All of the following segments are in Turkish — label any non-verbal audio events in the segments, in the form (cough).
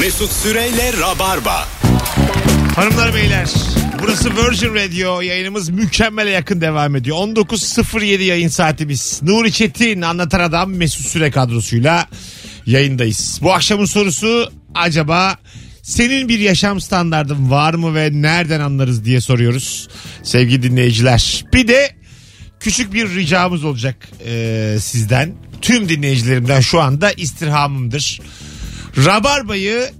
Mesut Süreyle Rabarba. Hanımlar beyler burası Virgin Radio yayınımız mükemmele yakın devam ediyor. 19.07 yayın saatimiz. Nuri Çetin anlatan adam Mesut Süre kadrosuyla yayındayız. Bu akşamın sorusu acaba senin bir yaşam standardın var mı ve nereden anlarız diye soruyoruz sevgili dinleyiciler. Bir de küçük bir ricamız olacak e, sizden. Tüm dinleyicilerimden şu anda istirhamımdır. Rabarba'yı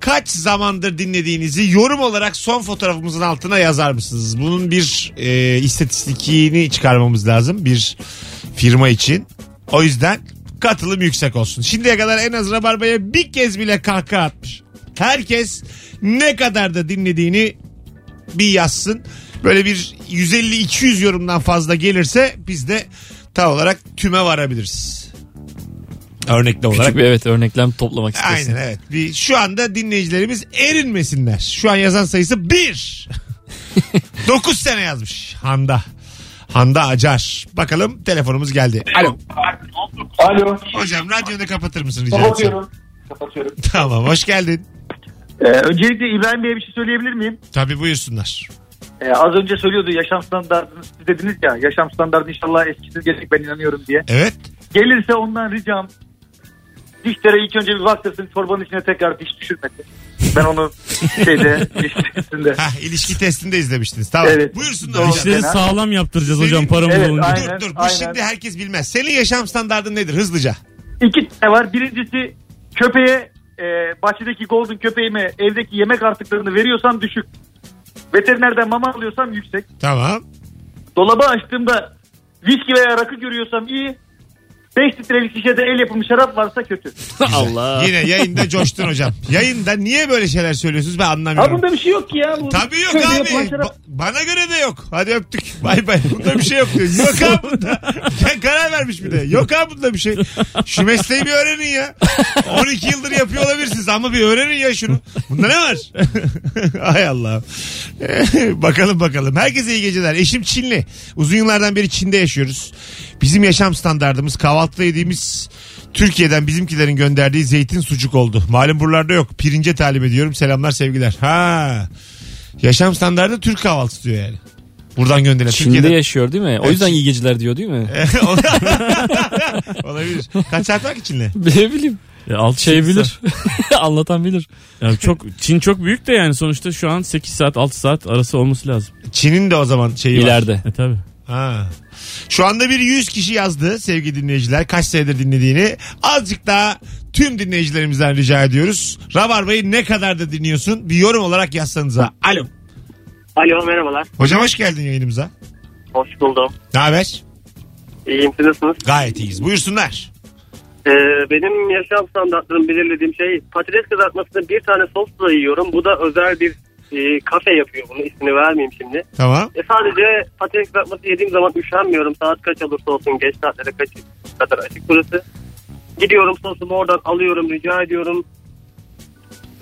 kaç zamandır dinlediğinizi yorum olarak son fotoğrafımızın altına yazar mısınız? Bunun bir e, istatistikini çıkarmamız lazım bir firma için. O yüzden katılım yüksek olsun. Şimdiye kadar en az Rabarba'ya bir kez bile kahkaha atmış. Herkes ne kadar da dinlediğini bir yazsın. Böyle bir 150-200 yorumdan fazla gelirse biz de tam olarak tüme varabiliriz. Örnekli olarak. Küçük bir evet örneklem toplamak istiyorsun. Aynen evet. Bir, şu anda dinleyicilerimiz erinmesinler. Şu an yazan sayısı 1. 9 sene yazmış Handa. Handa Acar. Bakalım telefonumuz geldi. Alo. Alo. Hocam radyonu kapatır mısın rica etsem? Kapatıyorum. Kapatıyorum. (laughs) Tamam hoş geldin. Ee, öncelikle İbrahim Bey'e bir şey söyleyebilir miyim? Tabii buyursunlar. Ee, az önce söylüyordu yaşam standartını siz dediniz ya. Yaşam standartı inşallah eskisi gelecek ben inanıyorum diye. Evet. Gelirse ondan ricam Dişlere ilk önce bir baktırsın çorbanın içine tekrar diş düşürmesin. Ben (laughs) onu şeyde listesinde. Hah, ilişki testinde izlemiştiniz. Tamam. Evet. Buyursunlar hocam. İşleri sağlam yaptıracağız Senin- hocam paramız Evet, olunca. aynen. Dur dur bu aynen. şimdi herkes bilmez. Senin yaşam standardın nedir hızlıca? İki tane var. Birincisi köpeğe e, bahçedeki golden köpeğime evdeki yemek artıklarını veriyorsam düşük. Veterinerden mama alıyorsam yüksek. Tamam. Dolabı açtığımda viski veya rakı görüyorsam iyi. 5 litrelik şişede el yapımı şarap varsa kötü. (laughs) Allah. Yine yayında (laughs) coştun hocam. Yayında niye böyle şeyler söylüyorsunuz ben Ha anlamıyorum. bunda bir şey yok ki ya. Bu Tabii yok köyde abi. yapılan şarap- Ba- bana göre de yok. Hadi öptük. Bay bay. Bunda bir şey yok diyor. Yok abi bunda. Ya karar vermiş bir de. Yok abi bunda bir şey. Şu mesleği bir öğrenin ya. 12 yıldır yapıyor olabilirsiniz ama bir öğrenin ya şunu. Bunda ne var? (laughs) Hay Allah. (laughs) bakalım bakalım. Herkese iyi geceler. Eşim Çinli. Uzun yıllardan beri Çin'de yaşıyoruz. Bizim yaşam standardımız kahvaltıda yediğimiz Türkiye'den bizimkilerin gönderdiği zeytin sucuk oldu. Malum buralarda yok. Pirince talim ediyorum. Selamlar sevgiler. Ha. Yaşam standardı Türk kahvaltısı diyor yani. Buradan gönderilen Çin'de Türkiye'den. (laughs) yaşıyor değil mi? O yüzden iyi geceler diyor değil mi? Olabilir. Kaç saat var ki Çin'le? (laughs) Ne bileyim. Ya altı Şey saat- bilir. (laughs) Anlatan bilir. Ya çok Çin çok büyük de yani sonuçta şu an 8 saat 6 saat arası olması lazım. Çin'in de o zaman şeyi var. İleride. E tabi. Ha. Şu anda bir 100 kişi yazdı sevgili dinleyiciler. Kaç senedir dinlediğini. Azıcık daha tüm dinleyicilerimizden rica ediyoruz. Rabarba'yı ne kadar da dinliyorsun? Bir yorum olarak yazsanıza. Alo. Alo merhabalar. Hocam hoş geldin yayınımıza. Hoş buldum. Ne haber? İyiyim siz nasılsınız? Gayet iyiyiz. Buyursunlar. Ee, benim yaşam standartlarım belirlediğim şey patates kızartmasını bir tane sosla yiyorum. Bu da özel bir e, kafe yapıyor bunu ismini vermeyeyim şimdi. Tamam. E, sadece patates kızartması yediğim zaman üşenmiyorum. Saat kaç olursa olsun geç saatlere kaç kadar açık burası. Gidiyorum sosumu oradan alıyorum rica ediyorum.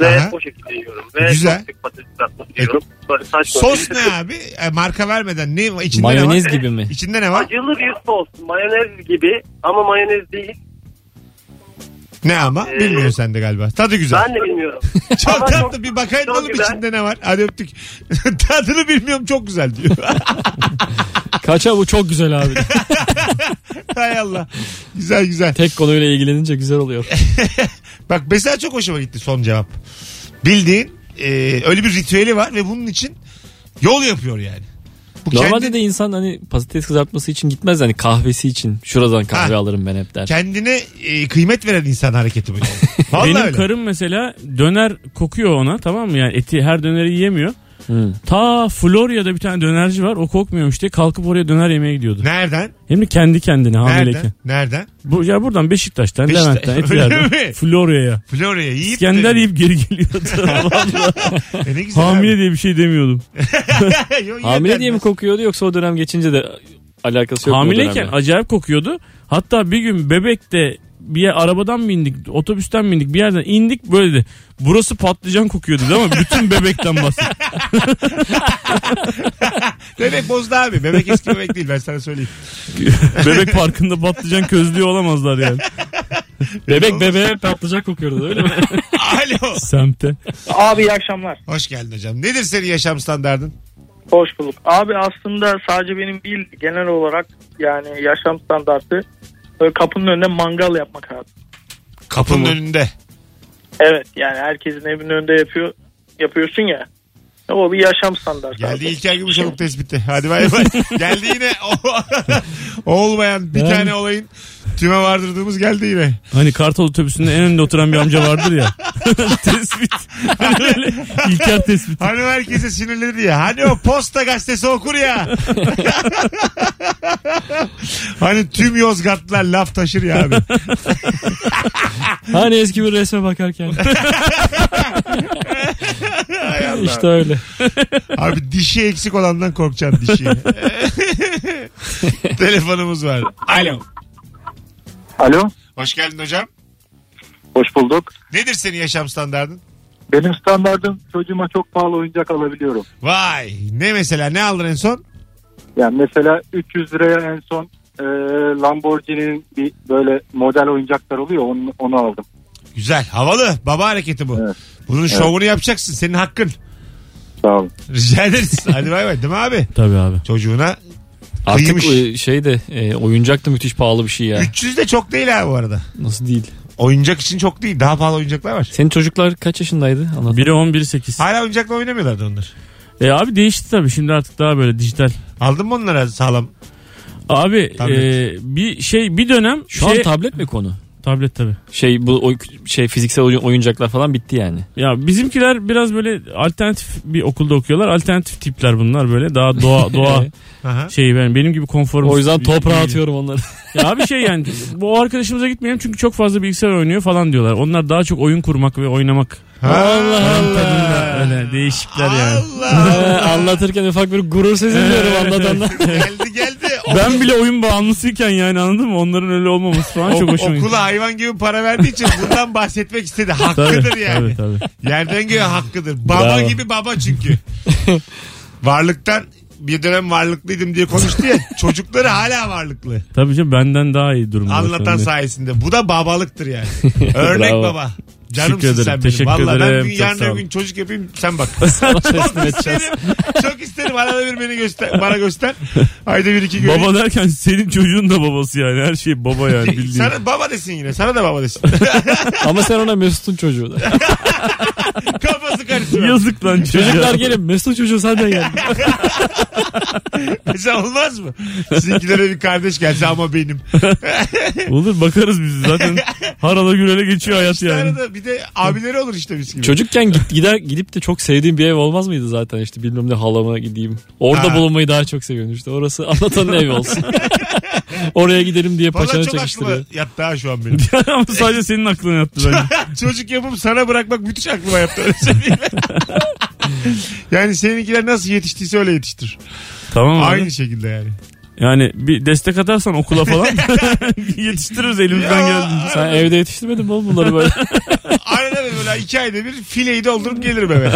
Ve Aha. o şekilde yiyorum. Ve Güzel. E, çok sık patates kızartması yiyorum. Böyle saçma. Sos bir- ne abi? E, marka vermeden ne? İçinde Mayonez ne var? (laughs) gibi mi? İçinde ne var? Acılı bir sos. Mayonez gibi ama mayonez değil. Ne ama? Ee, Bilmiyorsun sen de galiba. Tadı güzel. Ben de bilmiyorum. (laughs) Çok Ama tatlı bir bakayım çok oğlum güzel. içinde ne var. Hadi öptük. (laughs) Tadını bilmiyorum çok güzel diyor. Kaça bu çok güzel (laughs) abi. Hay Allah. Güzel güzel. Tek konuyla ilgilenince güzel oluyor. Eh, Bak mesela çok hoşuma gitti son cevap. Bildiğin e, öyle bir ritüeli var ve bunun için yol yapıyor yani. Bu Normalde kendi- de insan hani patates kızartması için gitmez hani kahvesi için. Şuradan kahve Ha. alırım ben hep der. kendine e, kıymet veren insan hareketi bu. (laughs) yani. Vallahi Benim öyle. karım mesela döner kokuyor ona tamam mı yani eti her döneri yiyemiyor. Hı. Ta Florya'da bir tane dönerci var o kokmuyormuş diye kalkıp oraya döner yemeye gidiyordu. Nereden? Hem de kendi kendine hamileyken. Nereden? Nereden? Bu, ya buradan Beşiktaş'tan, Beşiktaş- Levent'ten, Öyle Etiler'den, mi? Florya'ya. Florya'ya yiyip de- İskender yiyip geri geliyordu. (laughs) Vallahi. E, ne güzel Hamile diye bir şey demiyordum. abi. (laughs) Yo, Hamile yeniden- diye mi kokuyordu yoksa o dönem geçince de alakası yok mu o Hamileyken dönemle? acayip kokuyordu. Hatta bir gün bebekte bir yer, arabadan mı indik, otobüsten mi indik bir yerden indik böyle de. Burası patlıcan kokuyordu ama bütün bebekten (laughs) bahsediyor. Bebek bozdu abi. Bebek eski bebek değil ben sana söyleyeyim. Bebek parkında patlıcan közlüğü olamazlar yani. (laughs) Bebek bebeğe patlıcan kokuyordu öyle mi? (laughs) Alo. (laughs) Semte. Abi iyi akşamlar. Hoş geldin hocam. Nedir senin yaşam standardın? Hoş bulduk. Abi aslında sadece benim değil genel olarak yani yaşam standartı böyle kapının önünde mangal yapmak abi. Kapının önünde. Evet yani herkesin evinin önünde yapıyor yapıyorsun ya. O bir yaşam standartı. Geldi abi. İlker Gümüşoluk tespitti. Hadi bay bay. Geldi yine (laughs) o- olmayan bir Ben- tane olayın tüme vardırdığımız geldi yine. Hani kartal otobüsünün en önünde oturan bir amca vardır (laughs) ya. (laughs) tespit. Hani Böyle İlker tespit. Hani herkese sinirlenir ya. Hani o posta gazetesi okur ya. hani tüm Yozgatlılar laf taşır ya abi. Hani eski bir resme bakarken. işte öyle. Abi dişi eksik olandan korkacaksın dişi. Telefonumuz var. Alo. Alo. Hoş geldin hocam. Hoş bulduk. Nedir senin yaşam standardın? Benim standardım çocuğuma çok pahalı oyuncak alabiliyorum. Vay. Ne mesela ne aldın en son? Yani mesela 300 liraya en son e, Lamborghini'nin bir böyle model oyuncaklar oluyor onu, onu aldım. Güzel. Havalı. Baba hareketi bu. Evet. Bunun şovunu yapacaksın. Senin hakkın. Sağ olun. Rica ederiz. Hadi bay bay. Değil mi abi? Tabii abi. Çocuğuna Artık Kıymış. e, şey de e, oyuncak da müthiş pahalı bir şey ya. 300 de çok değil abi bu arada. Nasıl değil? Oyuncak için çok değil. Daha pahalı oyuncaklar var. Senin çocuklar kaç yaşındaydı? Anlat. Biri 10 biri 8. Hala oyuncakla oynamıyorlardı onlar. E abi değişti tabii şimdi artık daha böyle dijital. Aldın mı onlara sağlam? Abi Tablet. e, bir şey bir dönem Şu şey, an tablet mi konu? tablet tabii. Şey bu oy- şey fiziksel oyun- oyuncaklar falan bitti yani. Ya bizimkiler biraz böyle alternatif bir okulda okuyorlar. Alternatif tipler bunlar böyle. Daha (laughs) doğa doğa Aha. şeyi ben benim gibi konforum. O yüzden toprağa atıyorum onları. Ya abi şey yani bu arkadaşımıza gitmeyelim çünkü çok fazla bilgisayar oynuyor falan diyorlar. Onlar daha çok oyun kurmak ve oynamak. Allah Tadında öyle değişikler yani. Allah. Ee, (laughs) Anlatırken ufak bir gurur sesi duyuyorum anlatanlar. (laughs) geldi geldi. O- Ben bile oyun bağımlısıyken yani anladın mı? Onların öyle olmaması falan çok hoşuma gitti. Okula hayvan gibi para verdiği için bundan bahsetmek istedi. Tabii, Hakkıdır yani. tabii, tabii. Yerden göğe hakkıdır. Baba Bravo. gibi baba (laughs) çünkü. Varlıktan bir dönem varlıklıydım diye konuştu (laughs) ya. Çocukları hala varlıklı. Tabii canım benden daha iyi durumda. Anlatan Sen de. sayesinde. Bu da babalıktır (laughs) yani. Örnek Bravo. baba. Canımsın Teşekkür ederim, sen benim. teşekkür Vallahi ederim. ben Çok bir yarın sağ öbür olun. gün çocuk yapayım (laughs) sen bak. çok isterim. Çok isterim. Arada bir beni göster. Bana göster. Ayda bir iki göreyim. Baba derken senin çocuğun da babası yani. Her şey baba yani bildiğin. Sana baba desin yine. Sana da baba (laughs) desin. Ama sen ona Mesut'un çocuğu. da. Kafası karışıyor. Yazık lan çocuğa. Çocuklar gelin Mesut'un çocuğu sen de gel. Mesela E, olmaz mı? Sizinkilere bir kardeş gelse ama benim. (laughs) Olur bakarız biz zaten. Harala gürele geçiyor hayat İşte hani- yani. arada bir de abileri olur işte biz gibi. Çocukken git, gider, gidip de çok sevdiğim bir ev olmaz mıydı zaten işte bilmem ne halama gideyim. Orada Ha. bulunmayı daha çok seviyorum işte orası anlatanın evi (laughs) olsun. Oraya gidelim diye Valla paçanı çok aklıma çekiştiriyor. yattı ha şu an benim. (laughs) Ama sadece senin aklına yattı bence. Çocuk yapıp sana bırakmak müthiş aklıma yaptı. Öyle söyleyeyim. (laughs) yani seninkiler nasıl yetiştiyse öyle yetiştir. tamam abi. Aynı şey. şekilde yani. Yani bir destek atarsan (laughs) okula falan (laughs) yetiştiririz elimizden Ya. geldiğince. Sen evde yetiştirmedin mi oğlum bunları böyle? (laughs) Arada da böyle iki ayda bir fileyi doldurup gelirim eve.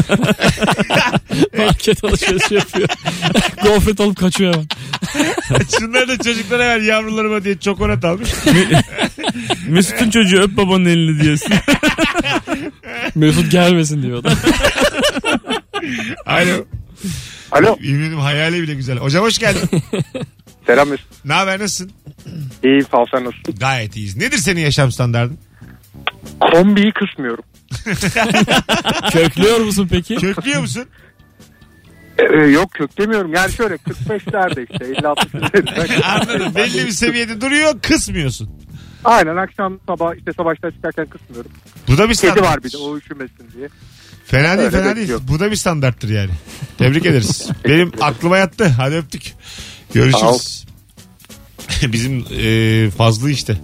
Market alışverişi yapıyor. (laughs) Gofret alıp kaçıyor hemen. Şunları da çocuklara ver yavrularıma diye çokonat almış. Mesut'un çocuğu öp babanın elini diyesin. (laughs) Mesut gelmesin diyor adam. Alo. Alo. Eminim hayali bile güzel. Hocam hoş geldin. Selam Mesut. ne haber nasılsın? İyi sağ ol, sen nasılsın? Gayet iyiyiz. Nedir senin yaşam standardın? Kombiyi kısmıyorum. Köklüyor musun peki? Köklüyor musun? Ee, yok köklemiyorum. Yani şöyle 45'lerde işte (laughs) 56 Anladım. Belli bir seviyede duruyor kısmıyorsun. Aynen akşam sabah işte savaştan çıkarken kısmıyorum. Bu da bir Kedi standart. var bir de o üşümesin diye. Fena değil Öyle şey fena değil. bekliyorum. Bu da bir standarttır yani. Tebrik ederiz. Benim aklıma yattı. Hadi öptük. Sağ ol. Görüşürüz. (laughs) Bizim e, fazla işte.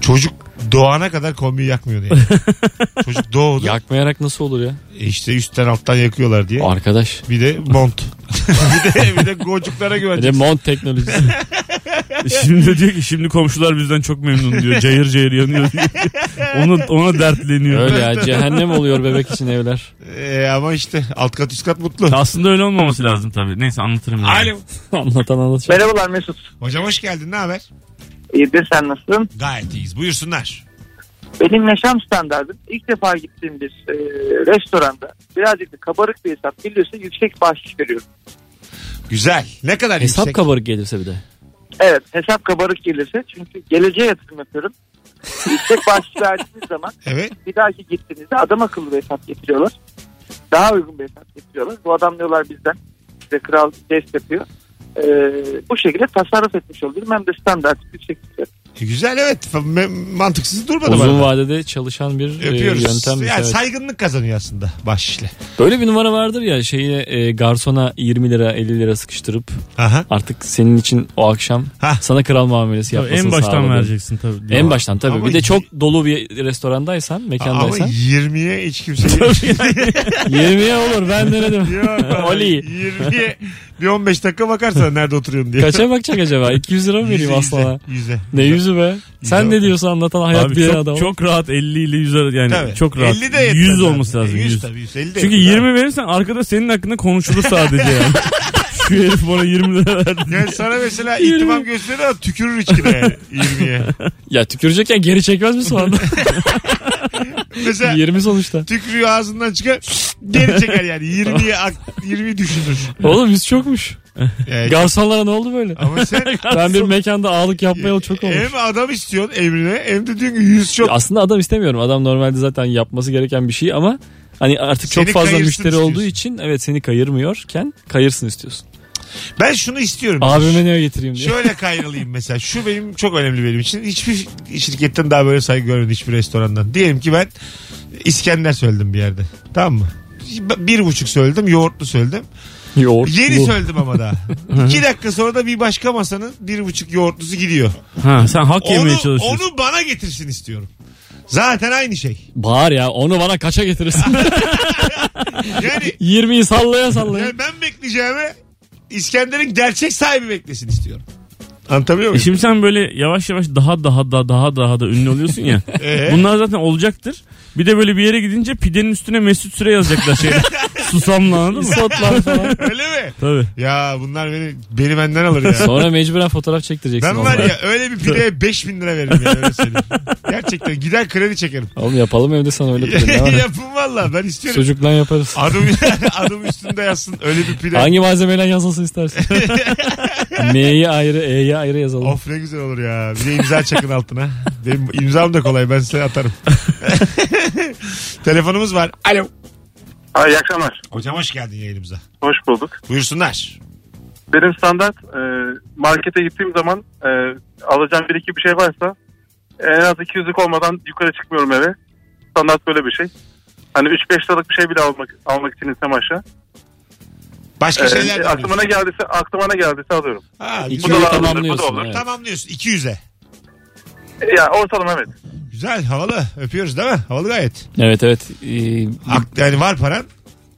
Çocuk doğana kadar kombiyi yakmıyordu (laughs) yani. Çocuk doğdu. (laughs) Yakmayarak nasıl olur ya? E işte üstten alttan yakıyorlar diye. Ah. Arkadaş. Bir de (laughs) mont. bir de bir de gocuklara Bir de güveneceksin. mont teknolojisi. E şimdi de diyor ki şimdi komşular bizden çok memnun diyor. Cayır cayır yanıyor (laughs) diyor. Ona, ona dertleniyor. Öyle ya cehennem oluyor bebek için evler. (laughs) E, ama işte alt kat üst kat mutlu. Aslında öyle olmaması lazım tabii. Neyse anlatırım. yani. Alo. Anlatan anlatacak. Merhabalar Mesut. Hocam hoş geldin. Ne haber? İyidir sen nasılsın? Gayet iyiyiz. Buyursunlar. Benim yaşam standartım ilk defa gittiğim bir e, restoranda birazcık da kabarık bir hesap geliyorsa yüksek bahşiş veriyorum. Güzel. Ne kadar Hesap yüksek? kabarık gelirse bir de. Evet hesap kabarık gelirse çünkü geleceğe yatırım (laughs) yapıyorum. yüksek bahşiş verdiğiniz zaman evet. bir dahaki gittiğinizde adam akıllı bir hesap getiriyorlar. Daha uygun bir hesap getiriyorlar. Bu adam diyorlar bizden bize kral test yapıyor. E, bu şekilde tasarruf etmiş oluyorum. Hem de standart yüksek fiyat. E, Güzel evet. Me- Mantıksız durmadı Uzun bana. vadede çalışan bir e, Öpüyoruz. yöntem. yani evet. saygınlık kazanıyor aslında bahşişle. Böyle bir numara vardır ya şeyi e, garsona 20 lira 50 lira sıkıştırıp Aha. artık senin için o akşam Hah. sana kral muamelesi Tabii yapmasını en baştan sağladı. vereceksin tabii. En baştan tabii. Ama bir de y- çok dolu bir restorandaysan, Ama mekandaysan. 20'ye hiç (laughs) kimse 20'ye olur (laughs) ben denedim. (laughs) Yok abi. Oli. 20'ye bir 15 dakika bakarsan nerede oturuyorsun diye. Kaça bakacak acaba? 200 lira mı vereyim aslana? 100'e. Ne yüzü be? Sen Yüze. ne diyorsun anlatan hayat Abi bir çok, adam. çok rahat 50 ile 100 arası yani Tabii. Hani çok rahat. 50 de yetmez 100 zaten. olması lazım. 100, 100. tabii 100. 50 de Çünkü yetmez. 20 verirsen arkada senin hakkında konuşulur sadece yani. Şu herif bana 20 lira verdi. (laughs) Yani sana mesela ihtimam gösterir ama tükürür içkine yani 20'ye. Ya tükürecekken geri çekmez (laughs) mi sonra? Mesela 20 sonuçta. tükürüyor ağzından çıkar geri çeker yani 20'yi 20'yi düşünür. Oğlum biz çokmuş. Yani Garsonlara ne oldu böyle? ama (laughs) sen Ben bir mekanda ağalık yapmayalı çok olmuş. hem adam istiyorsun emrine hem de diyorsun ki 100 çok. Aslında adam istemiyorum. Adam normalde zaten yapması gereken bir şey ama hani artık çok Seni fazla kayırsın müşteri istiyorsun. olduğu için evet seni kayırmıyorken kayırsın istiyorsun. Ben şunu istiyorum. Abime ne getireyim diye. Şöyle kayrılayım mesela. Şu benim çok önemli benim için. Hiçbir şirketten daha böyle saygı görmedim hiçbir restorandan. Diyelim ki ben İskender söyledim bir yerde. Tamam mı? Bir buçuk söyledim. Yoğurtlu söyledim. Yoğurt. Yeni bu. söyledim ama daha. İki dakika sonra da bir başka masanın bir buçuk yoğurtlusu gidiyor. Ha, sen hak yemeye Onu, çalışıyorsun. onu bana getirsin istiyorum. Zaten aynı şey. Bağır ya onu bana (laughs) kaça getirirsin? Yani, 20'yi sallaya sallaya. yani ben bekleyeceğime İskender'in gerçek sahibi beklesin istiyorum. Anlatabiliyor E muyum? Şimdi sen böyle yavaş yavaş daha daha da daha daha da ünlü oluyorsun ya. (laughs) Ee? Bunlar zaten olacaktır. Bir de böyle bir yere gidince pidenin üstüne Mesut Süre (laughs) yazacaklar şeyde. Susamla anladın mı? Sotlar falan. Öyle mi? Tabii. Ya bunlar beni beni benden alır ya. Sonra mecburen fotoğraf çektireceksin. Ben var onlara. ya öyle bir pideye 5000 lira veririm yani öyle söyleyeyim. Gerçekten gider kredi çekerim. Oğlum yapalım evde sana (laughs) öyle bir ne var? Yapın valla ben istiyorum. Sucukla yaparız. Adım, (laughs) adım üstünde yazsın öyle bir pide. Hangi malzemeyle yazılsın (laughs) istersin? M'yi ayrı, E'yi ayrı yazalım. Of ne güzel olur ya. Bir de imza çakın altına. Benim imzam da kolay ben size atarım. (laughs) Telefonumuz var. Alo. Ay, iyi akşamlar. Hocam hoş geldin yayınımıza. Hoş bulduk. Buyursunlar. Benim standart e, markete gittiğim zaman e, alacağım bir iki bir şey varsa en az 200'lük olmadan yukarı çıkmıyorum eve. Standart böyle bir şey. Hani 3-5 liralık bir şey bile almak almak için insem aşağı. Başka Ee, E, şeyler de aklıma ne alıyorsun. geldiyse aklıma ne geldiyse alıyorum. Ha, Bu İki da güzel. yıl olur, bu da tamamlıyorsun. olur. evet. Tamamlıyorsun 200'e. E, ya ortalama (laughs) evet. Güzel havalı öpüyoruz değil mi? Havalı gayet. Evet evet. Ee, Ak- yani var paran.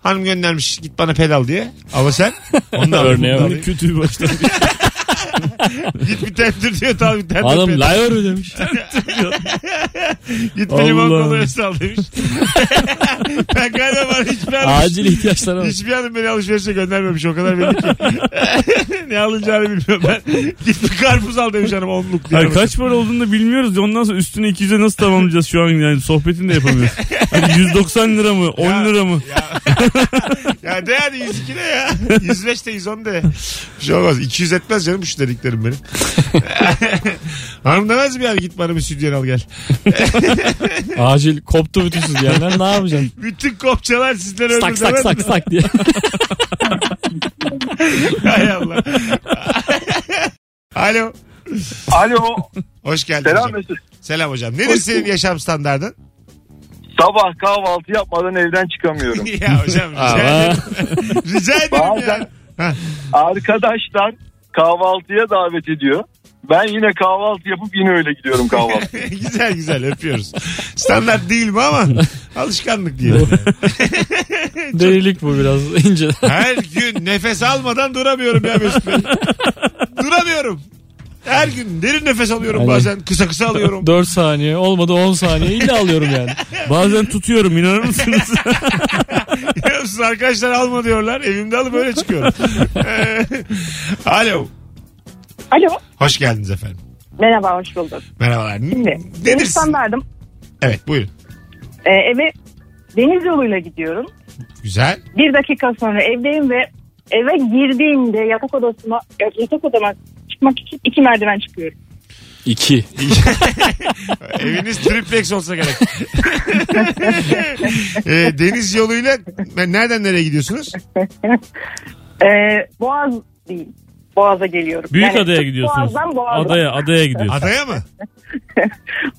Hanım göndermiş git bana pedal diye. Ama (laughs) sen ondan Örneğe bundan bak. alayım. Kötü bir başlangıç. (laughs) Git bir tentür diyor tamam bir tentür. Hanım pedal. layır ödemiş. Git bir limon Allah. kolaya sal (laughs) demiş. ben galiba bana hiçbir hanım, Acil ihtiyaçlara bak. hiçbir hanım beni alışverişe göndermemiş o kadar belli ki. (laughs) ne alınacağını bilmiyorum ben. Git bir karpuz al demiş hanım onluk diye. Hayır, kaç para olduğunu da bilmiyoruz. ya. Ondan sonra üstüne 200'e nasıl tamamlayacağız şu an yani sohbetini de yapamıyoruz. Hani 190 lira mı? 10 Ya, lira mı? Ya de hadi 102 de ya. (laughs) 105 de 110 de. Bir şey olmaz. 200 etmez canım şu dediklerim (laughs) benim. hanım demez mi yani git bana bir sütyen al gel. Acil koptu bütün süzgeçler. Ne yapacaksın? Bütün kopçalar sizden öldü Sak sak demez sak mi? sak diye. (laughs) Hay Allah. Alo. Alo Hoş geldin hocam. Mesut. Selam hocam. Nedir senin yaşam (laughs) standardın? (laughs) Sabah kahvaltı yapmadan evden çıkamıyorum. (laughs) ya hocam rica ederim. (laughs) rica ederim ya. Bazen- arkadaşlar kahvaltıya davet ediyor. Ben yine kahvaltı yapıp yine öyle gidiyorum (laughs) kahvaltı. (laughs) güzel güzel öpüyoruz. Standart değil mi (laughs) ama alışkanlık diye. Delilik bu biraz (laughs) ince. Her gün nefes almadan duramıyorum ya Mesut Bey. duramıyorum. Her gün derin nefes alıyorum Aynen. bazen. Kısa kısa (laughs) alıyorum. 4 saniye olmadı 10 saniye illa alıyorum yani. Bazen tutuyorum inanır mısınız? (laughs) Biliyor musunuz? Arkadaşlar alma diyorlar. Evimde alıp öyle çıkıyorum. Ee, (laughs) Alo. Alo. Hoş geldiniz efendim. Merhaba hoş bulduk. Merhabalar. Şimdi Nedir? benim standardım Evet buyurun. Ee, eve deniz yoluyla gidiyorum. Güzel. Bir dakika sonra evdeyim ve eve girdiğimde yatak odasına yatak odama çıkmak için iki merdiven çıkıyorum. İki. Eviniz triplex olsa gerek. (laughs) Ee, deniz yoluyla ben nereden nereye gidiyorsunuz? Ee, Boğaz değil. Boğaz'a geliyorum. Büyük Yani adaya sırf gidiyorsunuz. Boğaz'dan Boğaz'a. Adaya adaya gidiyorsunuz. Adaya mı?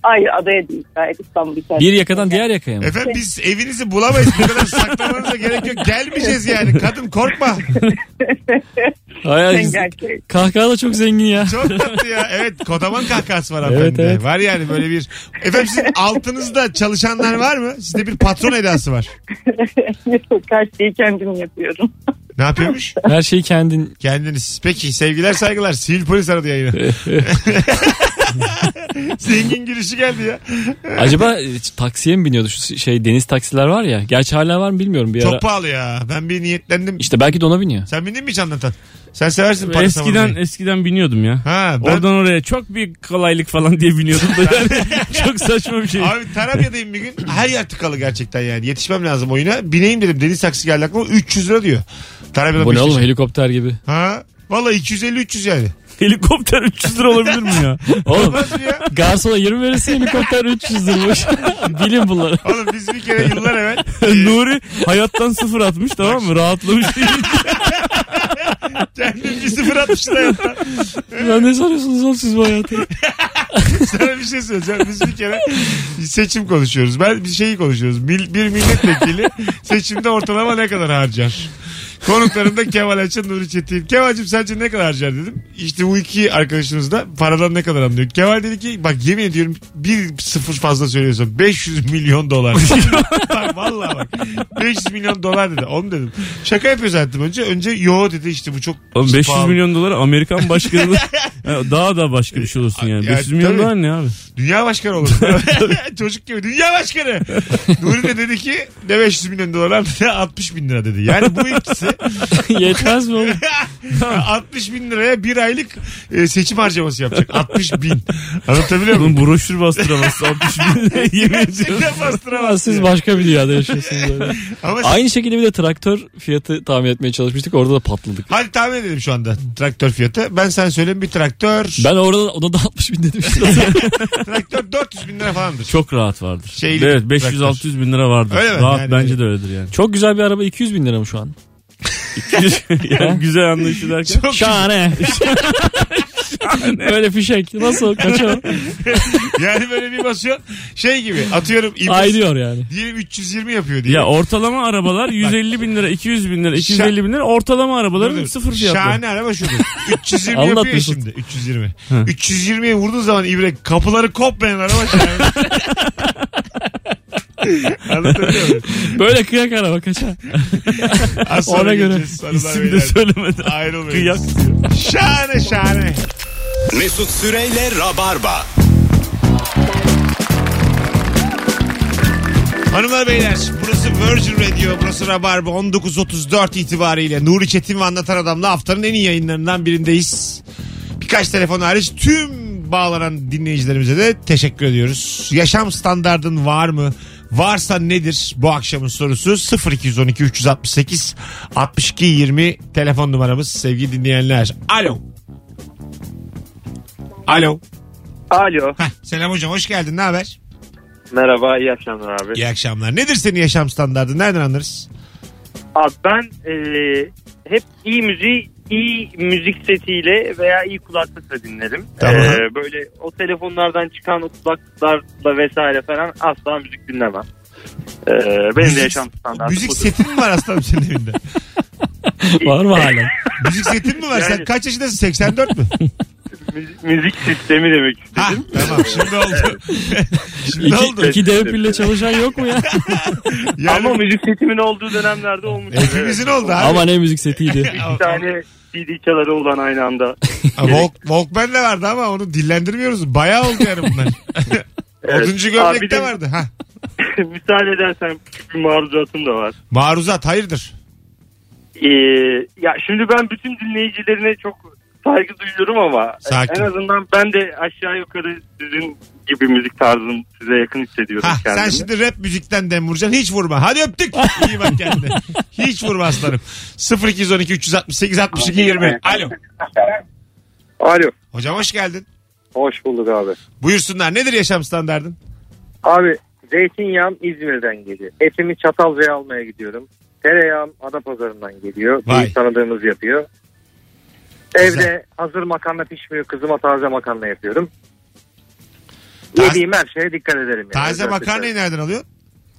Hayır adaya değil. Gayet İstanbul içerisinde. Bir yakadan diğer yakaya mı? Efendim biz evinizi bulamayız. Bu kadar saklamanıza gerek yok. Gelmeyeceğiz yani. Kadın korkma. Hayır. Sen biz- gerçek. Kahkaha da çok zengin ya. Çok tatlı ya. Evet kodaman kahkahası var hanımefendi. Evet, evet. Var yani böyle bir. Efendim sizin altınızda çalışanlar var mı? Sizde bir patron edası var. Her şeyi kendim yapıyorum. Ne yapıyormuş? Her şeyi kendin. Kendiniz. Peki sevgiler saygılar. Sivil polis aradı (laughs) yayını. Zengin girişi geldi ya. Acaba e, taksiye mi biniyordu şu şey deniz taksiler var ya. Gerçi hala var mı bilmiyorum bir ara. Çok pahalı ya. Ben bir niyetlendim. İşte belki de ona biniyor. Sen bindin mi hiç anlatan? Sen seversin para Eskiden savurmayı. eskiden biniyordum ya. Ha, ben- Oradan oraya çok büyük kolaylık falan diye biniyordum da yani (laughs) çok saçma bir şey. Abi Tarabya'dayım bir gün. Her yer tıkalı gerçekten yani. Yetişmem lazım oyuna. Bineyim dedim. Deniz taksi geldi aklıma. 300 lira diyor. Tarabya'da Bu ne Beşiktaş. oğlum helikopter gibi. Ha. Valla 250-300 yani. Helikopter 300 lira olabilir mi ya? (laughs) Oğlum Nasıl ya? garsona 20 verirse helikopter 300 liraymış. (laughs) Bilin bunları. Oğlum biz bir kere yıllar evvel (laughs) Nuri hayattan sıfır atmış tamam mı? Rahatlamış. kendimci sıfır atmışız hayatta. (laughs) Ya ne soruyorsunuz oğlum siz bu hayatı? (laughs) Sana bir şey söyleyeceğim. Biz bir kere seçim konuşuyoruz. Ben bir şeyi konuşuyoruz. Mil- bir milletvekili seçimde ortalama ne kadar harcar? Konuklarımda Kemal Açın, Nuri Çetin. Kemal'cim sence ne kadar harcar dedim. İşte bu iki arkadaşımız da paradan ne kadar anlıyor. Kemal dedi ki bak yemin ediyorum bir sıfır fazla söylüyorsun. 500 milyon dolar. (laughs) bak vallahi bak. 500 milyon dolar dedi. Oğlum dedim. Şaka yapıyor zaten önce. Önce yo dedi işte bu çok Oğlum 500 pahalı. milyon dolar (laughs) Amerikan başkanı Ya daha da başka bir şey olursun yani. Ya 500 milyon tabii. dolar ne abi? Dünya başkanı olur. (laughs) Çocuk gibi dünya başkanı. Nuri de dedi ki ne 500 milyon dolar aldı, ne 60 bin lira dedi. Yani bu ikisi Yetmez mi oğlum? 60 bin liraya bir aylık e, seçim harcaması yapacak. 60 bin. Anlatabiliyor (laughs) muyum? Oğlum broşür bastıramazsın 60 (laughs) bin. Yemin ediyorum. Gerçekten Ama bastıramaz. (laughs) Siz başka bir dünyada yaşıyorsunuz. öyle. Ama siz- (laughs) Aynı şekilde bir de traktör fiyatı tahmin etmeye çalışmıştık. Orada da patladık. Hadi tahmin edelim şu anda traktör fiyatı. Ben sen söyleyeyim bir traktör. Ben orada ona da 60 (laughs) bin dedim. Traktör 400 bin lira falandır. Çok rahat vardır. Şeyli evet traktör. 500-600 bin lira vardır. Öyle mi? rahat Yani- bence de öyledir yani. Çok güzel bir araba 200 bin lira mı şu an? (laughs) yani güzel anlayışı derken. Çok (laughs) Şahane. Böyle fişek. (laughs) Nasıl? Kaça? yani böyle bir basıyor. Şey gibi atıyorum. iblis Ay diyor yani. Diyelim 320 yapıyor diye. Ya ortalama arabalar 150 bin lira, 200 bin lira, 250 bin lira ortalama arabaların Dur, sıfır fiyatları. Şahane araba şudur. 320 (laughs) Anlat yapıyor Mesut. şimdi. 320. 320'ye vurduğun zaman ibrek kapıları kopmayan araba (laughs) şahane. Anlatabiliyor muyum? Böyle kıyak araba kaça? Az sonra Ona göre geleceğiz. Hanımlar, İsim de beyler. söylemeden. Ayrılmayın. Şahane şahane. Mesut Süreyle Rabarba. Hanımlar beyler burası Virgin Radio burası Rabarba 19.34 itibariyle Nuri Çetin ve Anlatan Adam'la haftanın en iyi yayınlarından birindeyiz. Birkaç telefon hariç tüm bağlanan dinleyicilerimize de teşekkür ediyoruz. Yaşam standardın var mı? Varsa nedir bu akşamın sorusu 0212 368 62 20 telefon numaramız sevgili dinleyenler. Alo. Alo. Alo. Heh, selam hocam hoş geldin ne haber? Merhaba iyi akşamlar abi. İyi akşamlar. Nedir senin yaşam standardın nereden anlarız? Abi ben e, hep iyi müziği iyi müzik setiyle veya iyi kulaklıkla dinlerim. Tamam. E, böyle o telefonlardan çıkan o kulaklıklarla vesaire falan asla müzik dinlemem. E, Ee, benim Müzik- de yaşam standartım Müzik budur. setin mi var aslanım senin evinde? (laughs) Var mı hala? Müzik setin mi var? Sen Yani- kaç yaşındasın? 84 mü? Müzik, müzik sistemi demek ha, istedim. tamam şimdi oldu. (laughs) şimdi oldu. İki, iki dev pille çalışan yok (laughs) mu ya? Yani Ama müzik setimin olduğu dönemlerde olmuş. hepimizin oldu abi. Ama ne müzik setiydi. Bir tane CD çaları olan aynı anda. (laughs) Ha, Walk, Walkman de vardı ama onu dillendirmiyoruz. Bayağı oldu yani bunlar. Oduncu Abi gömlek de de- vardı. Ha. Müsaade edersen küçük bir maruzatım da var. Maruzat hayırdır? Ee, ya şimdi ben bütün dinleyicilerine çok saygı duyuyorum ama Sakin. en azından ben de aşağı yukarı sizin gibi müzik tarzım size yakın hissediyorum Hah, sen kendimi. şimdi rap müzikten dem vuracaksın. Hiç vurma. Hadi öptük. İyi bak kendine. Hiç vurma aslanım. 0212 368 62 20. Alo. Alo. Hocam hoş geldin. Hoş bulduk abi. Buyursunlar. Nedir yaşam standardın? Abi zeytinyağım İzmir'den geliyor. Etimi Çatalca'ya almaya gidiyorum. Tereyağım Adapazarı'ndan geliyor. Vay. Bir tanıdığımız yapıyor. Güzel. Evde hazır makarna pişmiyor. Kızıma taze makarna yapıyorum. Taze- Yediğim her şeye dikkat ederim. Yani. Taze Özellikle. makarnayı nereden alıyorsun?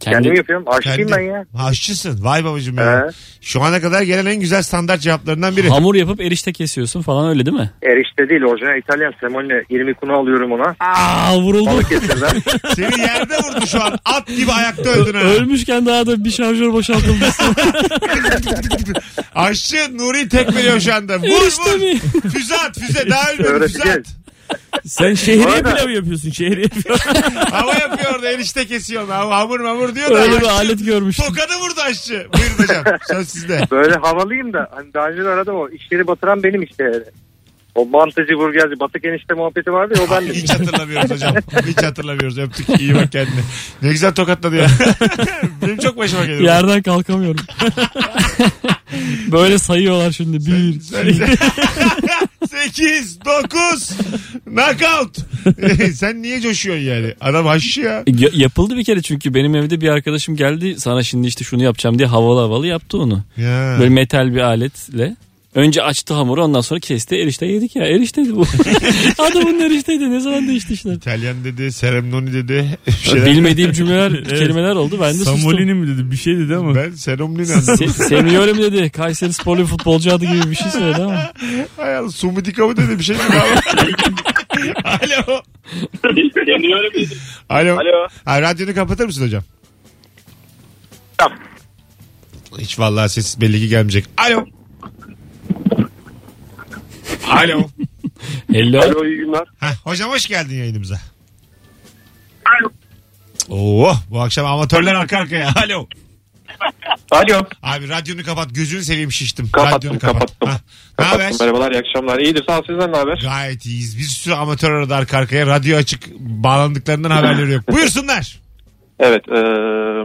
Kendim Kendi yapıyorum. Aşçıyım ben Kendi- ya. Aşçısın. Vay babacığım ya. He. Şu ana kadar gelen en güzel standart cevaplarından biri. hamur yapıp erişte kesiyorsun falan öyle değil mi? Erişte değil. Orijinal İtalyan semolina. 20 kunu alıyorum ona. Aa vuruldu. Balıkesir'den. Seni yerde vurdu şu an. At gibi ayakta öldün ha. Ölmüşken daha da bir şarjör boşaltılmışsın. Aşçı Nuri tek veriyor şu anda. Vur Erişte mi? vur. Füze at füze. Daha ölmedi füze Öğreteceğiz. at. (laughs) Sen Bu şehriye arada- pilavı yapıyorsun. (laughs) Şehriye pilavı. Hava yapıyor orada enişte kesiyor. Ham- Hamur mamur diyor da. öyle bir aşçı alet görmüştüm. Tokadı vurdu aşçı. Buyurun hocam. Söz sizde. Böyle havalıyım da hani daha önce de aradım o işleri batıran benim işte. yani. O mantıcı burgerci batık enişte muhabbeti vardı ya o ben Hiç hatırlamıyoruz hocam. Hiç hatırlamıyoruz. Öptük. İyi bak kendine. Ne güzel tokatladı ya. (laughs) Benim çok başıma geliyor. Yerden kalkamıyorum. Böyle sayıyorlar şimdi. Bir, iki. (laughs) 8, 9, knockout. (laughs) Sen niye coşuyorsun yani? Adam aşçı ya. Ya- yapıldı bir kere çünkü benim evde bir arkadaşım geldi sana şimdi işte şunu yapacağım diye havalı havalı yaptı onu. ya. Böyle metal bir aletle. Önce açtı hamuru ondan sonra kesti erişte yedik ya. Erişteydi bu. (laughs) Adamın erişteydi ne zaman değişti işler. İtalyan dedi, Seremoni dedi. (laughs) Bir şey şeyler. Bilmediğim cümleler Şey- (laughs) Evet. kelimeler oldu ben de (laughs) sustum. Samolini mi dedi? Bir şey dedi ama. Ben Seremoni anladım. Se Semiyorum dedi. Kayseri sporlu bir futbolcu adı gibi bir şey söyledi ama. Hay Allah, Sumudika mı dedi bir şey mi? Alo. Alo. Alo. Ha, radyonu kapatır mısın hocam? Tamam. Hiç vallahi ses belli ki gelmeyecek. Alo. Alo. Hello. iyi günler. Heh, hocam hoş geldin yayınımıza. Oo, bu akşam amatörler arka arkaya. (laughs) Alo. Alo. Abi radyonu kapat. Gözünü seveyim şiştim. Kapattım, radyonu kapattım. Hah, Ne haber? Merhabalar iyi akşamlar. İyidir sağ ol sizden ne haber? Gayet iyiyiz. Bir sürü amatör arada arka arkaya. Radyo açık. Bağlandıklarından haberleri yok. Buyursunlar. Evet e,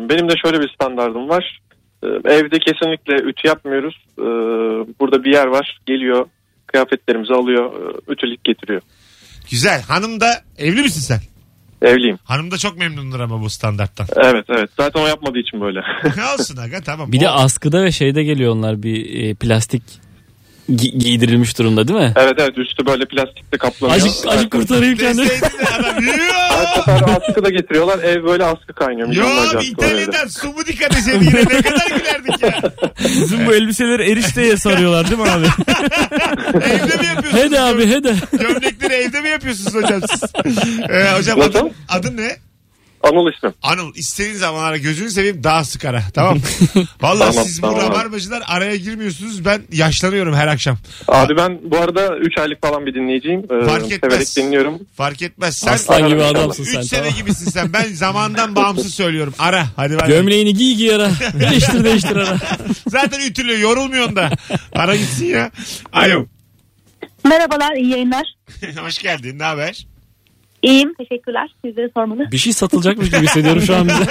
benim de şöyle bir standardım var. E, evde kesinlikle ütü yapmıyoruz. E, burada bir yer var geliyor kıyafetlerimizi alıyor e, ütülük getiriyor. Güzel. Hanım da evli misin sen? Evliyim. Hanım da çok memnundur ama bu standarttan. Evet evet zaten o yapmadığı için böyle. (laughs) ne olsun aga tamam. Bir de O- askıda ve şeyde geliyor onlar bir e, plastik gi- giydirilmiş durumda değil mi? evet evet üstü böyle plastikle kaplanıyor. Acık, acık kurtarayım kendimi. Deseydin de (laughs) adam. Yoo! Her sefer askı da getiriyorlar. Ev böyle askı Yo kaynıyor. abi Milyonlarca askı var evde. İtalya'dan Sumudika deseydi yine ne kadar gülerdik ya. Bizim bu elbiseleri (laughs) erişteye sarıyorlar değil mi abi? Evde mi yapıyorsunuz? Hede abi hede. Gömlekleri evde mi yapıyorsunuz hocam siz? Ee, hocam Nasıl? adın, adın ne? Anıl ismim. Anıl istediğin zaman ara gözünü seveyim daha sık ara tamam mı? Valla Tamam, siz bu tamam. rabarbacılar araya girmiyorsunuz ben yaşlanıyorum her akşam. Abi ben bu arada 3 aylık falan bir dinleyiciyim. Ee, Fark etmez. Severek dinliyorum. Fark etmez sen Aslan gibi adamsın 3 sen. sene tamam. gibisin sen ben (laughs) zamandan bağımsız söylüyorum ara hadi ver. Gömleğini giy giy ara. Değiştir değiştir ara. Zaten ütülü yorulmuyorsun da ara gitsin ya. Alo (laughs) Merhabalar, iyi yayınlar. hoş geldin ne haber? (laughs) İyiyim, teşekkürler. Sizleri sormalı. Bir şey satılacakmış gibi hissediyorum şu (laughs) an bize.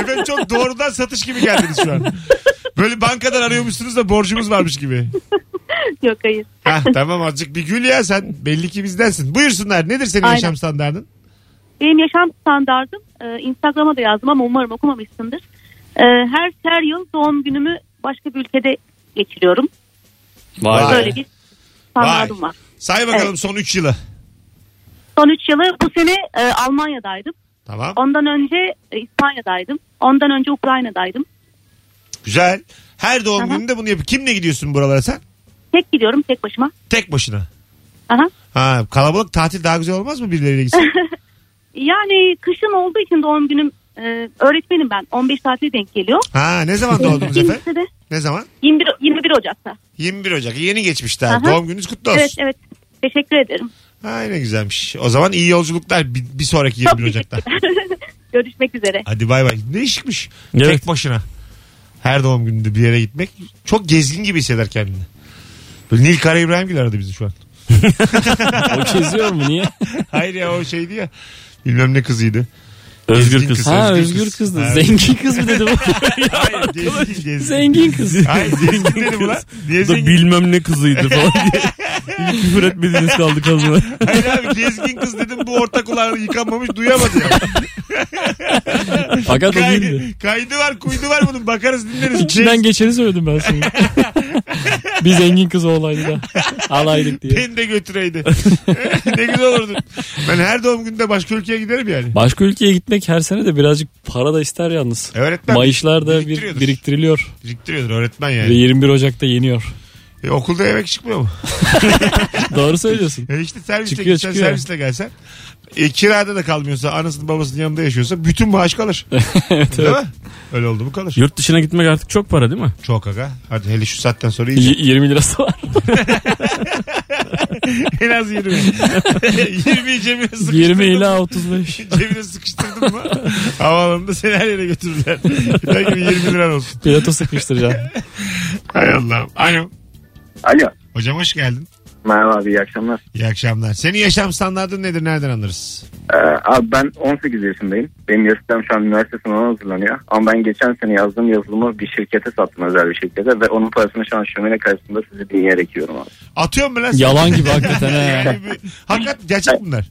Efendim çok doğrudan satış gibi geldiniz şu an. Böyle bankadan arıyormuşsunuz da borcumuz varmış gibi. (laughs) Yok hayır. Hah, tamam azıcık bir gül ya sen. Belli ki bizdensin. Buyursunlar. Nedir senin Aynen. yaşam standardın? Benim yaşam standardım, e, Instagram'a da yazdım ama umarım okumamışsındır. E, her her yıl doğum günümü başka bir ülkede geçiriyorum. Vay. Böyle bir standardım var. Say bakalım son 3 yılı. Son 3 yılı bu sene e, Almanya'daydım. Tamam. Ondan önce e, İspanya'daydım. Ondan önce Ukrayna'daydım. Güzel. Her doğum Aha. gününde bunu yapıp kimle gidiyorsun buralara sen? Tek gidiyorum tek başıma. Tek başına. Aha. Ha, kalabalık tatil daha güzel olmaz mı birileriyle (laughs) gitsin? Yani kışın olduğu için doğum günüm e, öğretmenim ben. 15 saate denk geliyor. ha, ne zaman doğdunuz efendim? İkincisi de Ne zaman? 21, 21 Ocak'ta. 21 Ocak. Yeni geçmiş daha. Aha. Doğum gününüz kutlu olsun. Evet evet. Teşekkür ederim. Ha, ne güzelmiş. O zaman iyi yolculuklar bir, bir sonraki 21 Ocak'ta. (laughs) Görüşmek üzere. Hadi bay bay. Ne işikmiş. Evet. Tek başına. Her doğum gününde bir yere gitmek çok gezgin gibi hisseder kendini. Böyle Nilkara İbrahim aradı bizi şu an. (laughs) O keziyor mu niye? Hayır ya o şeydi ya. Bilmem ne kızıydı. Özgür Gezgin kız. Ha Özgür özgür kız. kızdı. Ha. Zengin kız mı dedi bu? Hayır gezgin gezgin. Zengin kız. Hayır gezgin dedim ulan. Niye Bu da zengin? bilmem ne kızıydı falan (laughs) diye. İyi küfür etmediğiniz kaldı kazma. Hayır abi gezgin kız dedim bu orta kulağı yıkanmamış duyamadı ya. (laughs) Fakat o değildi. Kay- kaydı var kuydu var bunun bakarız dinleriz. İçinden Gez- geçeni söyledim ben sana. bir zengin kız olaydı da. Alaydık diye. Beni de götüreydi. (laughs) ne güzel olurdu. Ben her doğum günde başka ülkeye giderim yani. Başka ülkeye gitmek her sene de birazcık para da ister yalnız. Öğretmen Mayışlar da bir biriktiriyordur. biriktiriliyor Biriktiriyordur öğretmen ve yani. 21 Ocak'ta yeniyor. E, okulda yemek çıkmıyor mu? Doğru söylüyorsun. E işte servisle Çıkıyor, gitsen çıkıyor. servisle gelsen. E, kirada da kalmıyorsa anasının babasının yanında yaşıyorsa bütün maaş (laughs) kalır. Değil mi? Öyle oldu mu kalır. Yurt dışına gitmek artık çok para değil mi? Çok aga. Hadi hele şu saatten sonra iyice. Y- 20 lirası var. (laughs) en az 20. (laughs) 20'yi cebine sıkıştırdın. 20 ila 35. (laughs) Cebine sıkıştırdın mı? Havaalanında seni her yere (laughs) götürürler. Belki bir 20 liran olsun. Pilotu sıkıştıracağım. Hay Allah'ım. Alo. Alo. Hocam hoş geldin. Merhaba abi iyi akşamlar. İyi akşamlar. Senin yaşam standartın nedir? Nereden anlarız? Ee, abi ben 18 yaşındayım. Benim yaşıtlarım şu an üniversite sınavına hazırlanıyor. Ama ben geçen sene yazdığım yazılımı bir şirkete sattım özel bir şirkete. Ve onun parasını şu an şömine karşısında sizi dinleyerek ekiyorum abi. Atıyor mu lan? sen? Yalan (laughs) gibi hakikaten ha. Yani bir- Hakikat gerçek bunlar.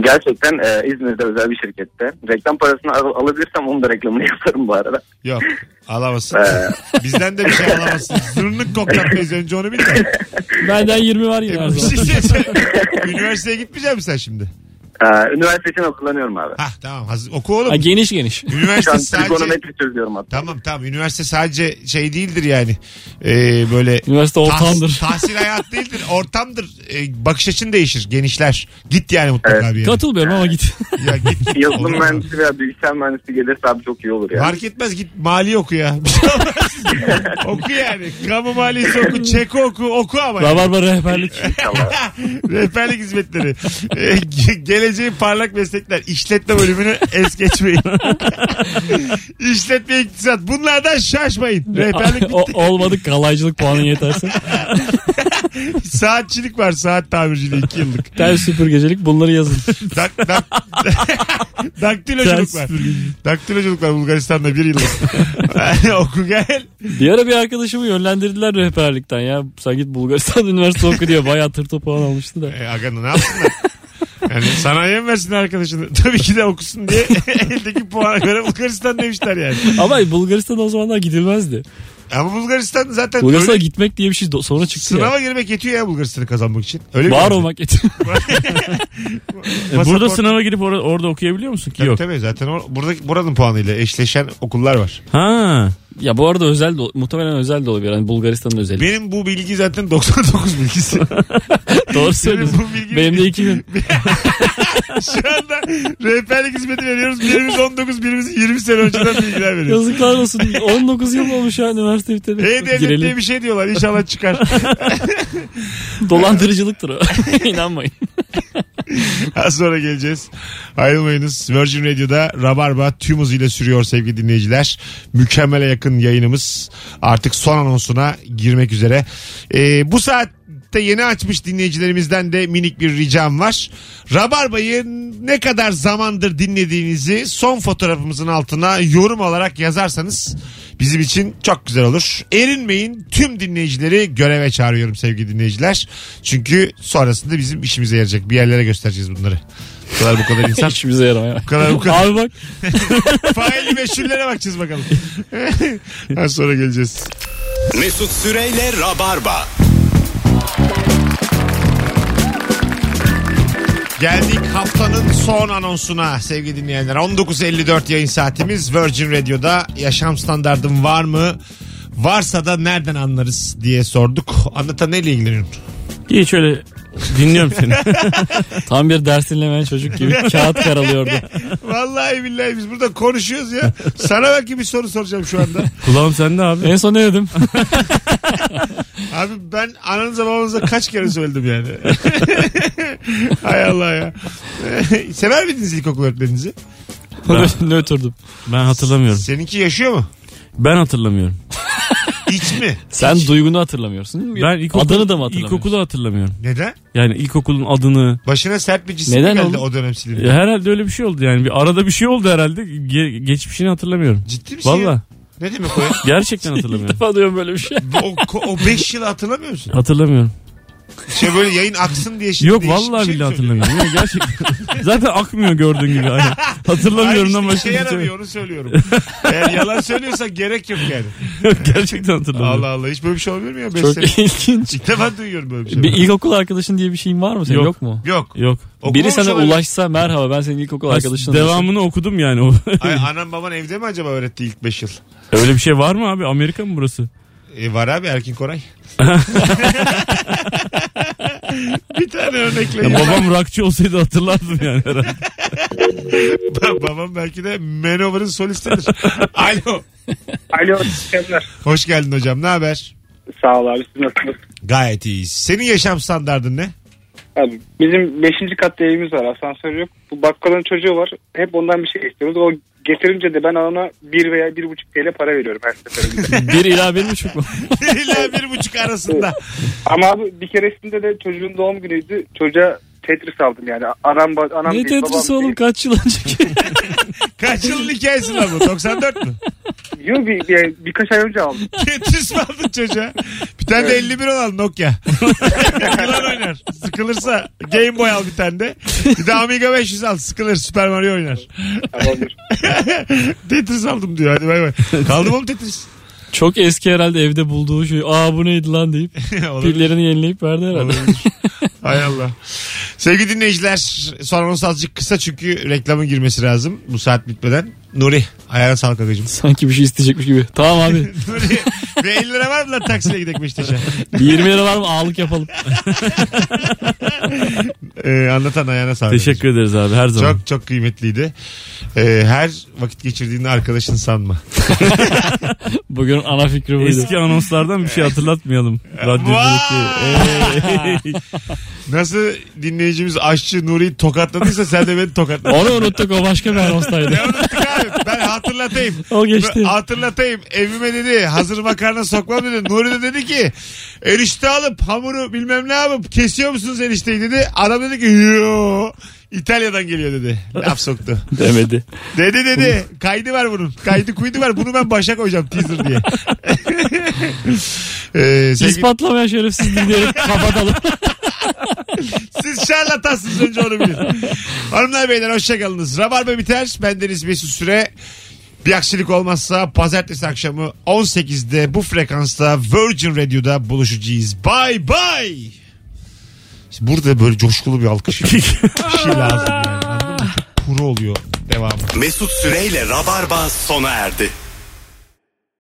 Gerçekten e, İzmir'de özel bir şirkette. Reklam parasını al- alabilirsem onun da reklamını (laughs) yaparım bu arada. Yok. Alamazsın. Bizden de bir şey alamazsın. Zırnık koktaktayız. Önce onu bil de. Benden 20 var yine her Bir zaman. şey söyleyeceğim. Üniversiteye gitmeyecek misin sen şimdi? Ee, üniversite için hazırlanıyorum abi. Hah tamam. Hazır. Oku oğlum. Ha, geniş geniş. Şu an Üniversite sadece... trigonometri çözüyorum hatta. Tamam tamam. Üniversite sadece şey değildir yani. Ee, böyle Üniversite Tahs- ortağındır. tahsil hayat değildir. Ortamdır. Ee, bakış açın değişir. Genişler. Git yani mutlaka bir yere. Katılmıyorum ama git. Ya git. git. Olur Yazılım mu? mühendisi veya bilgisayar mühendisi gelirse abi çok iyi olur ya. Fark etmez git mali oku ya. Bir şey olmaz. (laughs) oku yani. Kamu maliyesi oku, çeko oku, oku ama. yani. Rabarba rehberlik. (laughs) Rehberlik hizmetleri. Ee, ge- geleceğin parlak meslekler. İşletme bölümünü es geçmeyin. (laughs) İşletme iktisat. Bunlardan şaşmayın. Rehberlik bitti. (laughs) O- olmadı kalaycılık puanın yeterse. Saatçilik var. Saat tamirciliği 2 yıllık. Ters süpürgecilik bunları yazın. Dak, dak, (laughs) daktiloculuk var. Daktiloculuk var Bulgaristan'da bir yıllık. (laughs) Oku gel. Bir ara bir arkadaşımı yönlendirdiler rehberlikten ya. Sen git Bulgaristan (laughs) Üniversitesi oku diye bayağı tırtı puan almıştı da. E, aga ne (laughs) yapsınlar? Yani sana yem versin arkadaşını. (laughs) Tabii ki de okusun (laughs) diye eldeki puana göre Bulgaristan demişler yani. Ama Bulgaristan'a o zamanlar gidilmezdi. Ama Bulgaristan zaten Bulgaristan'a öyle- gitmek diye bir şey do- sonra çıktı ya. sınava girmek yetiyor ya Bulgaristan'ı kazanmak için. Öyle Var olmak yetiyor. E, burada sınava girip or- orada okuyabiliyor musun ki? Yok. Yok. Tabii zaten or- buradaki buranın puanıyla eşleşen okullar var. Ha. ya bu arada özel de, muhtemelen özel de olabilir. Yani Bulgaristan'ın özeli. Benim bu bilgi zaten 99 bilgisi. (laughs) Doğru Benim söylüyorsun. bu bilgi Benim de iki gün. (laughs) Şu anda rehberlik hizmeti veriyoruz. Birimiz 19, birimiz 20 sene önceden bilgiler veriyoruz. Yazıklar olsun. 19 yıl olmuş ya üniversite biteli. E-Devlet diye Girelim. bir şey diyorlar. İnşallah çıkar. (laughs) Dolandırıcılıktır o. İnanmayın. (laughs) Az sonra geleceğiz. Ayrılmayınız. Virgin Radio'da Rabarba tüm hızıyla sürüyor sevgili dinleyiciler. Mükemmele yakın yayınımız artık son anonsuna girmek üzere. Ee, bu saatte yeni açmış dinleyicilerimizden de minik bir ricam var. Rabarba'yı ne kadar zamandır dinlediğinizi son fotoğrafımızın altına yorum olarak yazarsanız bizim için çok güzel olur. Erinmeyin tüm dinleyicileri göreve çağırıyorum sevgili dinleyiciler. Çünkü sonrasında bizim işimize yarayacak. Bir yerlere göstereceğiz bunları. Bu kadar bu kadar insan. Hiçbir bize yaramıyor. bu kadar bu kadar. Abi bak (laughs) Faili meşhullere bakacağız bakalım. (laughs) Az sonra geleceğiz. Mesut Süreyle Rabarba. Geldik haftanın son anonsuna sevgili dinleyenler. 19.54 yayın saatimiz Virgin Radio'da. Yaşam standardım var mı? Varsa da nereden anlarız diye sorduk. Anlatan neyle ilgileniyorsun? Hiç öyle dinliyorum seni. tam bir ders dinlemeyen çocuk (laughs) (laughs) gibi kağıt karalıyordu. Vallahi billahi biz burada konuşuyoruz ya. Sana belki bir soru soracağım şu anda. Kulağım sende abi. En son ne dedim? Abi ben ananıza babanıza kaç kere söyledim yani. (laughs) Hay Allah ya. (laughs) Sever miydiniz ilkokul öğretmeninizi? Ben... Nötrdüm. (laughs) Ben hatırlamıyorum. Seninki yaşıyor mu? Ben hatırlamıyorum. İç mi? Sen duygunu hatırlamıyorsun. Ben ilkokul, Adını da mı hatırlamıyorsun? İlkokulu hatırlamıyorum. Neden? Yani ilkokulun adını. Başına sert bir cisim Neden geldi oğlum? o dönem silindi. Ya herhalde öyle bir şey oldu yani. Bir arada bir şey oldu herhalde. Ge- geçmişini hatırlamıyorum. Ciddi misin? ya? Valla. Ne demek o ya? (laughs) Gerçekten İlk hatırlamıyorum. defa duyuyorum böyle bir şey. o, ko- o beş yıl hatırlamıyor musun? Hatırlamıyorum. Şey böyle yayın aksın diye şimdi Yok değişik bir vallahi şey mi billahi söylüyorsun? hatırlamıyorum. Ya, gerçekten. Zaten akmıyor gördüğün gibi. Aynen. (laughs) Hatırlamıyorum Hayır şey ama işte işe yaramıyor onu söylüyorum. Eğer yalan söylüyorsan gerek yok yani. (laughs) Gerçekten hatırlamıyorum. Allah Allah hiç böyle bir şey olabilir mi ya? Beş (laughs) Çok sene- ilginç. İlk defa duyuyorum böyle bir şey. Bir ilkokul arkadaşın diye bir şeyin var mı senin? Yok. Yok, mu? Yok. Yok. Biri sana olabilir. ulaşsa merhaba ben senin ilkokul arkadaşınım. Devamını şey- okudum yani. o. (laughs) Ay, anam baban evde mi acaba öğretti ilk 5 yıl? Öyle bir şey var mı abi? Amerika mı burası? E, var abi Erkin (laughs) Koray. bir tane örnekle. Ya ya. babam rakçı olsaydı hatırlardım yani herhalde. Ba- (laughs) Babam belki de Manover'ın solistidir. Alo. Alo. teşekkürler. Hoş geldin hocam. Ne haber? Sağ ol abi. Siz nasılsınız? Gayet iyiyiz. Senin yaşam standardın ne? (laughs) Abi, bizim 5. katta evimiz var. Asansör yok. Bu bakkalın çocuğu var. Hep ondan bir şey istiyoruz. O getirince de ben ona 1 veya 1,5 TL para veriyorum her (laughs) seferinde. (laughs) Bir ila bir buçuk mu? İlla bir buçuk arasında. Ama abi bir keresinde de çocuğun doğum günüydü. Çocuğa Tetris aldım yani. Anam, ba- anam ne değil, Tetris babam oğlum değil. kaç yıl önceki? Kaç yılın hikayesi lan bu? 94 mü? Yok bir, bir- birkaç ay önce aldım. Tetris mi aldın çocuğa? Bir tane de 51 al Nokia. Yılan oynar. Sıkılırsa Game Boy al bir tane de. Bir de Amiga 500 al. Sıkılır Super Mario oynar. Tamamdır. (laughs) Tetris aldım diyor. Hadi bay bay. Kaldı mı oğlum Tetris? (laughs) Çok eski herhalde evde bulduğu şey. Aa bu neydi lan deyip Olabilir. pillerini yenileyip verdi herhalde. Olabilir. Hay Allah. Sevgili dinleyiciler son anons azıcık kısa çünkü reklamın girmesi lazım bu saat bitmeden. Nuri ayağına sağlık agacım. Sanki bir şey isteyecekmiş gibi. Tamam abi. Nuri (laughs) bir 50 lira var mı lan taksiyle gidelim Beşiktaş'a? Bir 20 lira var mı? Ağlık yapalım. Ee, anlatan ayağına sağlık. (laughs) Teşekkür ederiz abi her zaman. Çok çok kıymetliydi. Ee, her vakit geçirdiğini arkadaşın sanma. Bugün ana fikri buydu. Eski anonslardan bir şey hatırlatmayalım. Radyoculuk diye. Ey. Nasıl dinleyicimiz aşçı Nuri'yi tokatladıysa sen de beni tokatla. (laughs) Onu unuttuk o başka (laughs) bir anonstaydı. Ne unuttuk abi? Ben hatırlatayım. O geçti. Hatırlatayım. Evime dedi hazır makarna sokmam dedi. Nuri de dedi ki erişte alıp hamuru bilmem ne yapıp kesiyor musunuz erişteyi dedi. Adam dedi ki yo İtalya'dan geliyor dedi. Laf soktu. (laughs) Demedi. Dedi dedi. Kaydı var bunun. Kaydı kuydu var. Bunu ben başa koyacağım teaser diye. (laughs) ee, sevgili- İspatlamayan şerefsizliği diyerek kapatalım. Siz şarlatansınız önce onu bilin. Hanımlar beyler hoşçakalınız. Rabarba biter. Bendeniz Mesut Süre. Bir aksilik olmazsa pazartesi akşamı 18'de bu frekansta Virgin Radio'da buluşacağız. Bye bye. İşte Burada böyle coşkulu bir alkış. bir şey lazım yani. Anladın mı? Çok kuru oluyor devamı. Mesut Süreyle Rabarba sona erdi.